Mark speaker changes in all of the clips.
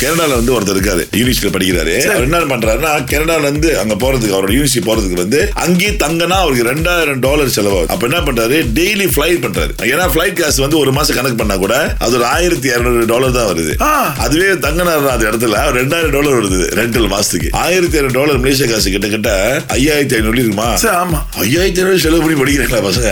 Speaker 1: கனடால வந்து ஒருத்தர் இருக்காரு யூனிவர்சிட்டியில் படிக்கிறாரு அவர் என்ன பண்றாருன்னா கனடால இருந்து அங்க போறதுக்கு அவரோட யூனிவர்சிட்டி போறதுக்கு வந்து அங்கேயே தங்கன்னா அவருக்கு ரெண்டாயிரம் டாலர் செலவாகும் அப்ப என்ன பண்றாரு டெய்லி ஃபிளைட் பண்றாரு ஏன்னா ஃபிளைட் காசு வந்து ஒரு மாசம் கணக்கு பண்ணா கூட அது ஒரு ஆயிரத்தி இரநூறு டாலர் தான் வருது
Speaker 2: ஆ.
Speaker 1: அதுவே தங்கனார் அந்த இடத்துல ரெண்டாயிரம் டாலர் வருது ரெண்டல் மாசத்துக்கு ஆயிரத்தி இரநூறு டாலர் மலேசிய காசு கிட்டத்தட்ட ஐயாயிரத்தி ஐநூறு இருக்குமா
Speaker 2: சரி, ஆமா
Speaker 1: ஐயாயிரத்தி ஐநூறு செலவு பண்ணி படிக்கிறாங்களா பசங்க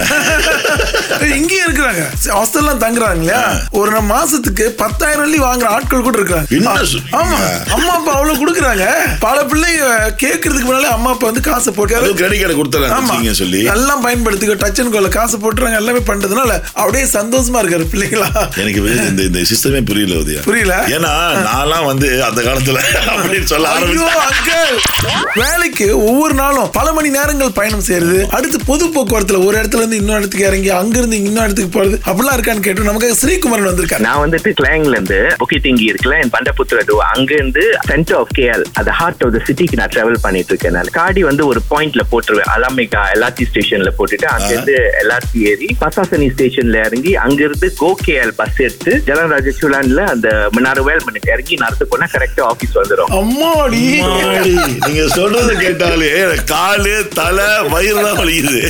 Speaker 2: இங்கேயே இருக்கிறாங்க ஹாஸ்டல்லாம் தங்குறாங்க இல்லையா ஒரு நா- மாசத்துக்கு பத்தாயிரம் வெள்ளி வாங்குற ஆட்கள் கூட
Speaker 1: என்ன
Speaker 2: இருக்கிறாங்க
Speaker 1: சொல்றீங்க?
Speaker 2: ஆமா அம்மா அப்பா அவ்வளவு கொடுக்குறாங்க பல பிள்ளைங்க கேட்கறதுக்கு முன்னாலே அம்மா அப்பா வந்து காசு போட்டு
Speaker 1: அதுவும் கிரெடிட் கார்டு
Speaker 2: ஆமா
Speaker 1: கொடுத்தாங்க சொல்லி
Speaker 2: எல்லாம் பயன்படுத்திக்க டச் அண்ட் கோல காசு போட்டுறாங்க எல்லாமே பண்றதுனால அப்படியே சந்தோஷமா இருக்காரு பிள்ளைங்களா
Speaker 1: எனக்கு வே- இந்த இந்த சிஸ்டமே புரியல உதயா
Speaker 2: புரியல?
Speaker 1: ஏன்னா நான்லாம் வந்து அந்த காலத்துல அப்படின்னு சொல்ல
Speaker 2: ஐயோ
Speaker 1: ஆரம்பிச்சேன்
Speaker 2: அங்கிள் வேலைக்கு ஒவ்வொரு நாளும் பல மணி நேரங்கள் பயணம் செய்யறது அடுத்து பொது போக்குவரத்துல ஒரு இடத்துல இருந்து இன்னொரு இடத்துக்கு இறங்கி அங்கிருந்து இன்னொரு இடத்துக்கு போறது அப்படிலாம் இருக்கான்னு கேட்டு நமக்கு ஸ்ரீகுமரன் வந்திருக்காரு
Speaker 3: நான் வந்துட்டு கிளாங்ல இருந்து புக்கி திங்கி இருக்குல்ல என் பண்டபுத்திர டோ அங்க இருந்து சென்டர் ஆஃப் கேஎல் அது ஹார்ட் ஆஃப் த சிட்டிக்கு நான் டிராவல் பண்ணிட்டு இருக்கேன் நான் காடி வந்து ஒரு பாயிண்ட்ல போட்டுருவேன் அலாமிகா எல்ஆர்டி ஸ்டேஷன்ல போட்டுட்டு அங்க இருந்து எல்ஆர்டி ஏறி பசாசனி ஸ்டேஷன்ல இறங்கி அங்க இருந்து கோ கேஎல் பஸ் எடுத்து ஜலராஜ சுலான்ல அந்த மினாறு வேல் மணிக்கு இறங்கி நடந்து போனா கரெக்டா ஆபீஸ் வந்துடும்
Speaker 2: அம்மாடி
Speaker 1: மாடி, நீங்க சொல்றது கேட்டாலே எனக்கு காலு தலை வயிறு தான் வலிக்குது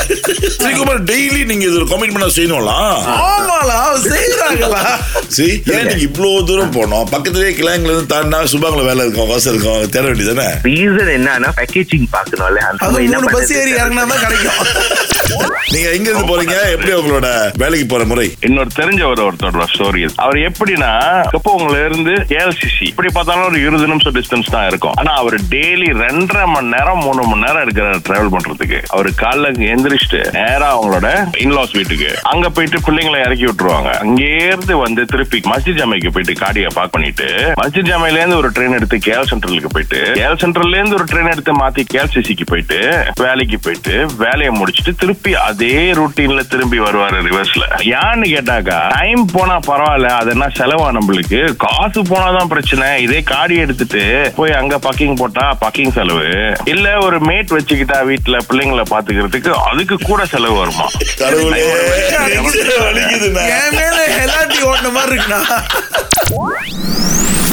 Speaker 1: ஸ்ரீகுமார் டெய்லி நீங்க இது ஒரு கமிட்மெண்ட் செய்யணும்லாம்
Speaker 2: ஆமாலா செய்யறாங்களா
Speaker 1: சரி ஏன் நீங்க இவ்வளவு தூரம் போனோம் பக்கத்துலயே கிளாங்ல இருந்து தாண்டா சுபாங்கள வேலை இருக்கும் வசம் இருக்கும் தேட வேண்டியதானே
Speaker 3: ரீசன் என்னன்னா பேக்கேஜிங் பாக்கணும்ல அந்த
Speaker 2: அது
Speaker 3: மாதிரி என்ன
Speaker 2: மூணு பஸ் ஏறி
Speaker 3: பண்றது?
Speaker 2: இறங்கினா தான் கிடைக்கும்
Speaker 1: நீங்க எங்க இருந்து போறீங்க எப்படி உங்களோட வேலைக்கு போற முறை
Speaker 4: இன்னொரு தெரிஞ்சவர் ஒருத்தரோட ஸ்டோரி அவர் எப்படின்னா இப்போ உங்களை இருந்து ஏஎல்சிசி இப்படி பார்த்தாலும் ஒரு இருபது நிமிஷம் டிஸ்டன்ஸ் தான் இருக்கும் ஆனா அவர் டெய்லி ரெண்டரை மணி நேரம் மூணு மணி நேரம் இருக்கிறார் டிராவல் பண்றதுக்கு அவர் காலைல எந்திரிச்சிட்டு நேரா அவங்களோட இன்லாஸ் வீட்டுக்கு அங்க போயிட்டு பிள்ளைங்களை இறக்கி விட்டுருவாங்க அங்கே இருந்து வந்து திருப்பி மஸ்ஜித் ஜாமைக்கு போயிட்டு காடியை பார்க் பண்ணிட்டு மஸ்ஜித் ஜாமையில இருந்து ஒரு ட்ரெயின் எடுத்து கேஎல் சென்ட்ரலுக்கு போயிட்டு கேஎல் சென்ட்ரல்ல இருந்து ஒரு ட்ரெயின் எடுத்து மாத்தி கேஎல்சிசிக்கு போயிட்டு வேலைக்கு போயிட்டு வேலையை முடிச்சிட்டு திருப்பி அதே ரூட்டீன்ல திரும்பி வருவாரு ரிவர்ஸ்ல ஏன்னு கேட்டாக்கா டைம் போனா பரவாயில்ல அது என்ன செலவா நம்மளுக்கு காசு போனாதான் பிரச்சனை இதே காடி எடுத்துட்டு போய் அங்க பக்கிங் போட்டா பக்கிங் செலவு இல்ல ஒரு மேட் வச்சுக்கிட்டா வீட்டுல பிள்ளைங்களை பாத்துக்கிறதுக்கு அதுக்கு கூட செலவு வருமா
Speaker 1: கடவுளே நெஞ்சு வலிக்குதுண்ணா.
Speaker 2: என் மேல எல்லாட்டி ஓட்டின மாதிரி இருக்குண்ணா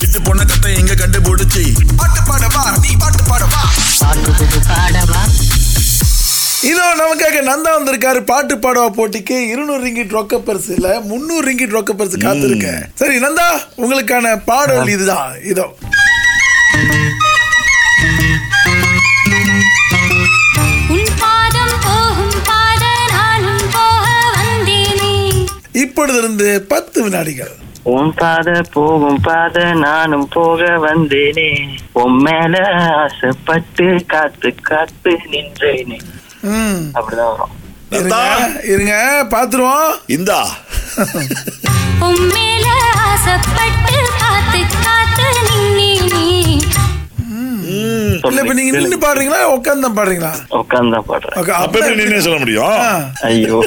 Speaker 5: இது பொண்ண கட்ட எங்க கண்டுபிடிச்சி பாட்டு பாடவா நீ பாட்டு பாடவா
Speaker 2: இதோ நமக்காக நந்தா வந்திருக்காரு பாட்டு பாடவா போட்டிக்கு இருநூறு ரிங்கிட் ரொக்க பரிசு இல்ல முந்நூறு ரிங்கிட் ரொக்க பரிசு காத்திருக்க சரி நந்தா உங்களுக்கான பாடல் இதுதான் இதோ
Speaker 6: உன் பாதம் போகும் பாத நானும் போக வந்தேனே
Speaker 2: இப்பொழுது இருந்து பத்து வினாடிகள்
Speaker 3: உன் பாத போகும் பாத நானும் போக வந்தேனே உன் மேல ஆசைப்பட்டு காத்து காத்து நின்றேனே
Speaker 2: ம்
Speaker 3: அப்படிதான் வரும்
Speaker 2: இருங்க இருங்க பாத்துருவோம்
Speaker 1: இந்தா
Speaker 6: உன் மேல ஆசைப்பட்டு காத்து காத்து நின்னேனே
Speaker 2: இல்ல இப்ப நீங்க நின்னு பாடுறீங்களா உட்காந்து தான் பாடுறீங்களா
Speaker 3: உட்காந்து தான் பாடுறேன்
Speaker 2: ஓகே
Speaker 1: அப்ப எப்படி நின்னு சொல்ல முடியும்
Speaker 3: ஐயோ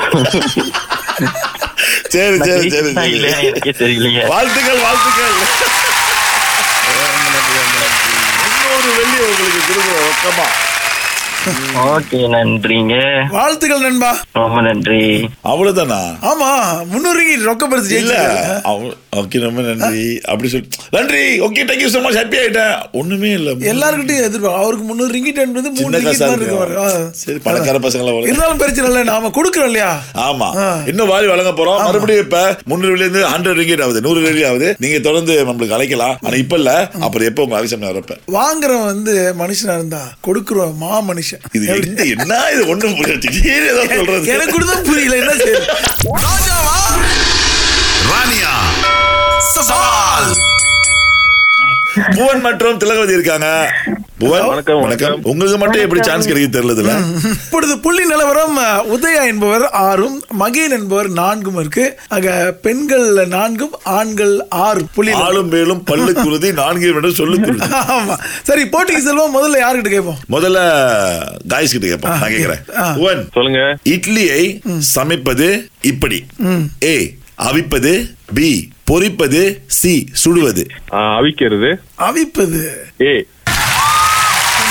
Speaker 1: சரி சரி சரி
Speaker 3: நான்
Speaker 1: சரி
Speaker 3: இல்லையா எனக்கே தெரியலையே
Speaker 1: வாழ்த்துக்கள் வாழ்த்துக்கள் முன்னூறு வெள்ளி உங்களுக்கு கொடுக்குறோம் ரொக்கமா
Speaker 3: ஓகே நன்றிங்க
Speaker 2: வாழ்த்துக்கள் நண்பா
Speaker 3: ரொம்ப நன்றி
Speaker 1: அவ்வளவுதானா
Speaker 2: ஆமா முந்நூறு ரிங்கிட் ரொக்க பரிசு
Speaker 1: இல்ல
Speaker 2: ஜெயிச்சீங்க
Speaker 1: அவ- ஓகே ரொம்ப நன்றி அப்படி சொல்லி நன்றி okay thank you so much happy ஆயிட்டேன் ஒண்ணுமே இல்ல
Speaker 2: எல்லாருக்கிட்டையும் எதிர்பார்க்கும் அவருக்கு முந்நூறு ரிங்கிட் என்பது மூணு
Speaker 1: சின்ன
Speaker 2: ரிங்கிட்
Speaker 1: காசா
Speaker 2: தான்
Speaker 1: இருக்கும்.
Speaker 2: இருக்கு பாருங்க. ஆ.
Speaker 1: சரி, பணக்கார பசங்களா போல.
Speaker 2: இருந்தாலும் பிரச்சனை இல்லை நாம கொடுக்குறோம் இல்லையா
Speaker 1: ஆமா
Speaker 2: ஆ.
Speaker 1: இன்னும் வாரி வழங்க போறோம் மறுபடியும் இப்ப முன்னூறுல இருந்து ஹண்ட்ரட் ரிங்கிட் ஆகுது நூறு ரிங்கிட் ஆகுது நீங்க தொடர்ந்து நம்மளுக்கு அழைக்கலாம் ஆனா இப்ப இல்ல அப்புறம் எப்ப உங்க அழைச்சம் நான் வரப்ப
Speaker 2: வாங்குறவன் வந்து மனுஷனா இருந்தா கொடுக்குறோம் மா மனுஷன்
Speaker 1: இது என்ன என்ன இது ஒண்ணும் புரியல திடீர்னு ஏதோ சொல்றது
Speaker 2: எனக்கு கூட தான் புரியல என்ன செய்ய
Speaker 5: ராஜாவா ராணியா சவால்
Speaker 1: புவன் மற்றும் திலகவதி இருக்காங்க புவன்
Speaker 4: வணக்கம்,
Speaker 1: வணக்கம்
Speaker 4: வணக்கம்.
Speaker 1: உங்களுக்கு மட்டும் எப்படி சான்ஸ் கிடைக்க தெரியலதுல
Speaker 2: இப்பொழுது புள்ளி நிலவரம் அஹ், உதயா என்பவர் ஆறும் மகேன் என்பவர் நான்கும் இருக்கு ஆக பெண்கள் நான்கும் ஆண்கள் ஆறு புள்ளி நிலவரம்.
Speaker 1: ஆளும் மேலும் பல்லு குருதி நான்கு வேண்டும் சொல்லு குருதி
Speaker 2: ஆமா சரி போட்டிக்கு செல்வோம் முதல்ல யாருக்கிட்ட கேட்போம்
Speaker 1: முதல்ல காய்ஸ் கிட்ட கேட்போம் நான் கேக்குறேன்
Speaker 2: ஆ.
Speaker 1: புவன்
Speaker 4: சொல்லுங்க
Speaker 1: இட்லியை சமைப்பது இப்படி ஏ அவிப்பது பி பொரிப்பது சி சுடுவது
Speaker 4: அவிக்கிறது
Speaker 2: அவிப்பது
Speaker 4: ஏ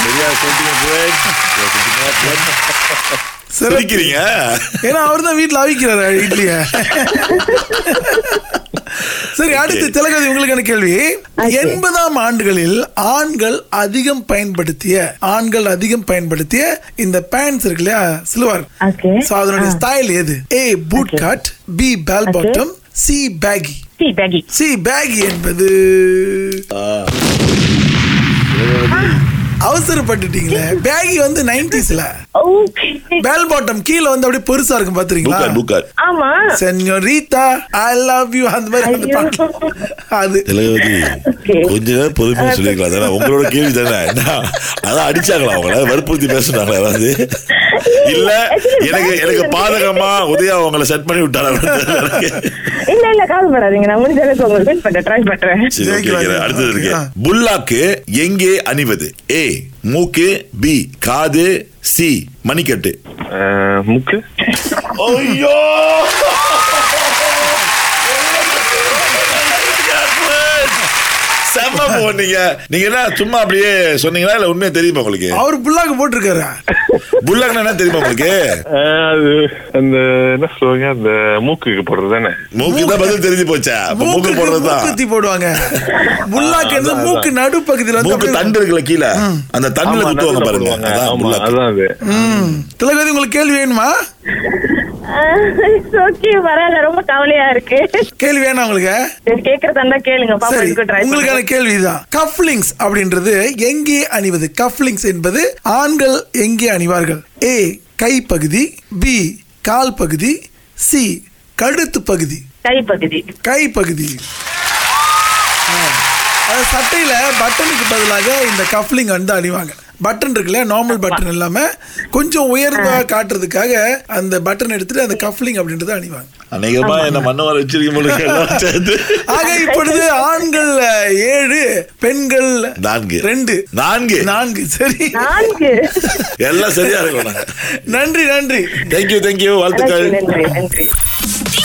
Speaker 1: சரியா சொல்லிட்டீங்க புவன்.
Speaker 2: சிறப்பு.
Speaker 1: சிரிக்கிறீங்க
Speaker 2: ஏன்னா அவர் தான் வீட்டுல அவிக்கிறாரு இட்லிய சரி அடுத்து திலகதி உங்களுக்கான கேள்வி எண்பதாம் ஆண்டுகளில் ஆண்கள் அதிகம் பயன்படுத்திய ஆண்கள் அதிகம் பயன்படுத்திய இந்த பேண்ட்ஸ் இருக்கு இல்லையா சிலுவார்
Speaker 7: ஓகே.
Speaker 2: சோ அதனுடைய
Speaker 7: ஆ.
Speaker 2: ஸ்டைல் எது A boot
Speaker 7: okay.
Speaker 2: Cut B bell
Speaker 7: okay.
Speaker 2: Bottom C baggy
Speaker 7: C baggy
Speaker 2: C baggy என்பது அவசரப்பட்டுட்டீங்களே பேகி வந்து நைன்டிஸ்ல
Speaker 7: ஓகே
Speaker 2: பேல் பாட்டம் கீழே வந்து அப்படியே பெருசா இருக்கும் பாத்துறீங்களா
Speaker 1: புக்கார் புக்கார்
Speaker 7: ஆமா
Speaker 2: சென்யோரிதா ஐ லவ் யூ அந்த மாதிரி அந்த
Speaker 7: ஐயோ.
Speaker 2: பாட்டு அது
Speaker 1: திலகவதி
Speaker 7: Okay.
Speaker 1: கொஞ்ச நேரம் பொறுமையா சொல்லிருக்கலாம் தானே உங்களோட கேள்வி தானே என்ன? அதான் அடிச்சாங்களா அவங்கள வற்புறுத்தி பேசுனாங்களா ஏதாவது இல்ல
Speaker 7: actually
Speaker 1: எனக்கு
Speaker 7: bad
Speaker 1: எனக்கு
Speaker 7: idea.
Speaker 1: பாதகமா உதயா அவங்கள செட் பண்ணி விட்டாரா
Speaker 7: இல்ல இல்ல கால் பண்ணாதீங்க நான் முடிஞ்ச அளவுக்கு உங்களுக்கு ஹெல்ப் பண்றேன் ட்ரை பண்றேன்
Speaker 1: சரி okay, okay. அடுத்தது இருக்கு
Speaker 2: ஆ.
Speaker 1: புல்லாக்கு எங்கே அணிவது ஏ மூக்கு பி காது சி மணிக்கட்டு
Speaker 4: முக்கு
Speaker 1: ஐயோ செம்ம போனீங்க நீங்க என்ன சும்மா அப்படியே சொன்னீங்களா இல்ல உண்மையா தெரியுமா உங்களுக்கு
Speaker 2: அவர் புல்லாக்கு போட்டிருக்காரு
Speaker 1: புல்லக்னா என்ன தெரியுமா உங்களுக்கு
Speaker 4: அது அந்த என்ன சொல்லுவாங்க அந்த மூக்குக்கு போடுறது தானே
Speaker 1: மூக்கு தான் பதில் தெரிஞ்சு போச்சா அப்ப மூக்கு
Speaker 2: மூக்குக்கு
Speaker 1: போடுறதுதான்
Speaker 2: மூக்குத்தி போடுவாங்க புல்லாக்குன்றது மூக்கு நடுப்பகுதியில வந்து
Speaker 1: மூக்கு
Speaker 2: அப்படியே-
Speaker 1: தண்டு இருக்குல்ல கீழே அந்த தண்டுல
Speaker 4: ஆமா,
Speaker 1: குத்துவாங்க
Speaker 4: நடுவுல
Speaker 1: பாருங்க
Speaker 4: போடுவாங்க.
Speaker 1: அதான்
Speaker 4: ஆமா,
Speaker 1: புல்லாக்கு
Speaker 4: அதான் அது
Speaker 2: ம். திலகவதி உங்களுக்கு கேள்வி வேணுமா
Speaker 7: ஓகே பரவாயில்ல ரொம்ப கவலையா இருக்கு
Speaker 2: கேள்வி வேணாம் உங்களுக்கு
Speaker 7: சரி, கேக்குறதா இருந்தா கேளுங்க பாப்பா
Speaker 2: சரி
Speaker 7: இதுக்கு ட்ரை
Speaker 2: உங்களுக்கான கேள்விதான் கஃப்லிங்ஸ் அப்படின்றது எங்கே அணிவது கஃப்லிங்ஸ் என்பது ஆண்கள் எங்கே அணிவார்கள் ஏ கைப்பகுதி பி கால் பகுதி சி கழுத்து பகுதி
Speaker 7: கை பகுதி
Speaker 2: கைப்பகுதி ஆ. அது சட்டையில பட்டனுக்கு பதிலாக இந்த கஃப்லிங் வந்து அணிவாங்க பட்டன் இருக்குல்ல நார்மல் பட்டன் இல்லாம கொஞ்சம் உயர்வா காட்டுறதுக்காக அந்த பட்டன் எடுத்துட்டு அந்த கஃப்லிங் அப்படின்றத அணிவாங்க
Speaker 1: அநேகமா என்ன மண்ண வர வச்சிருக்கீங்க போல இருக்கு. எல்லாம் சேர்ந்து.
Speaker 2: ஆக இப்பொழுது ஆண்கள் அஹ், ஏழு பெண்கள்
Speaker 1: நான்கு
Speaker 2: ரெண்டு
Speaker 1: நான்கு
Speaker 2: நான்கு சரி
Speaker 7: நான்கு
Speaker 1: எல்லாம் சரியா இருக்கும்
Speaker 2: நன்றி நன்றி
Speaker 1: தேங்க்யூ தேங்க்யூ வாழ்த்துக்கள்
Speaker 7: நன்றி நன்றி
Speaker 6: தி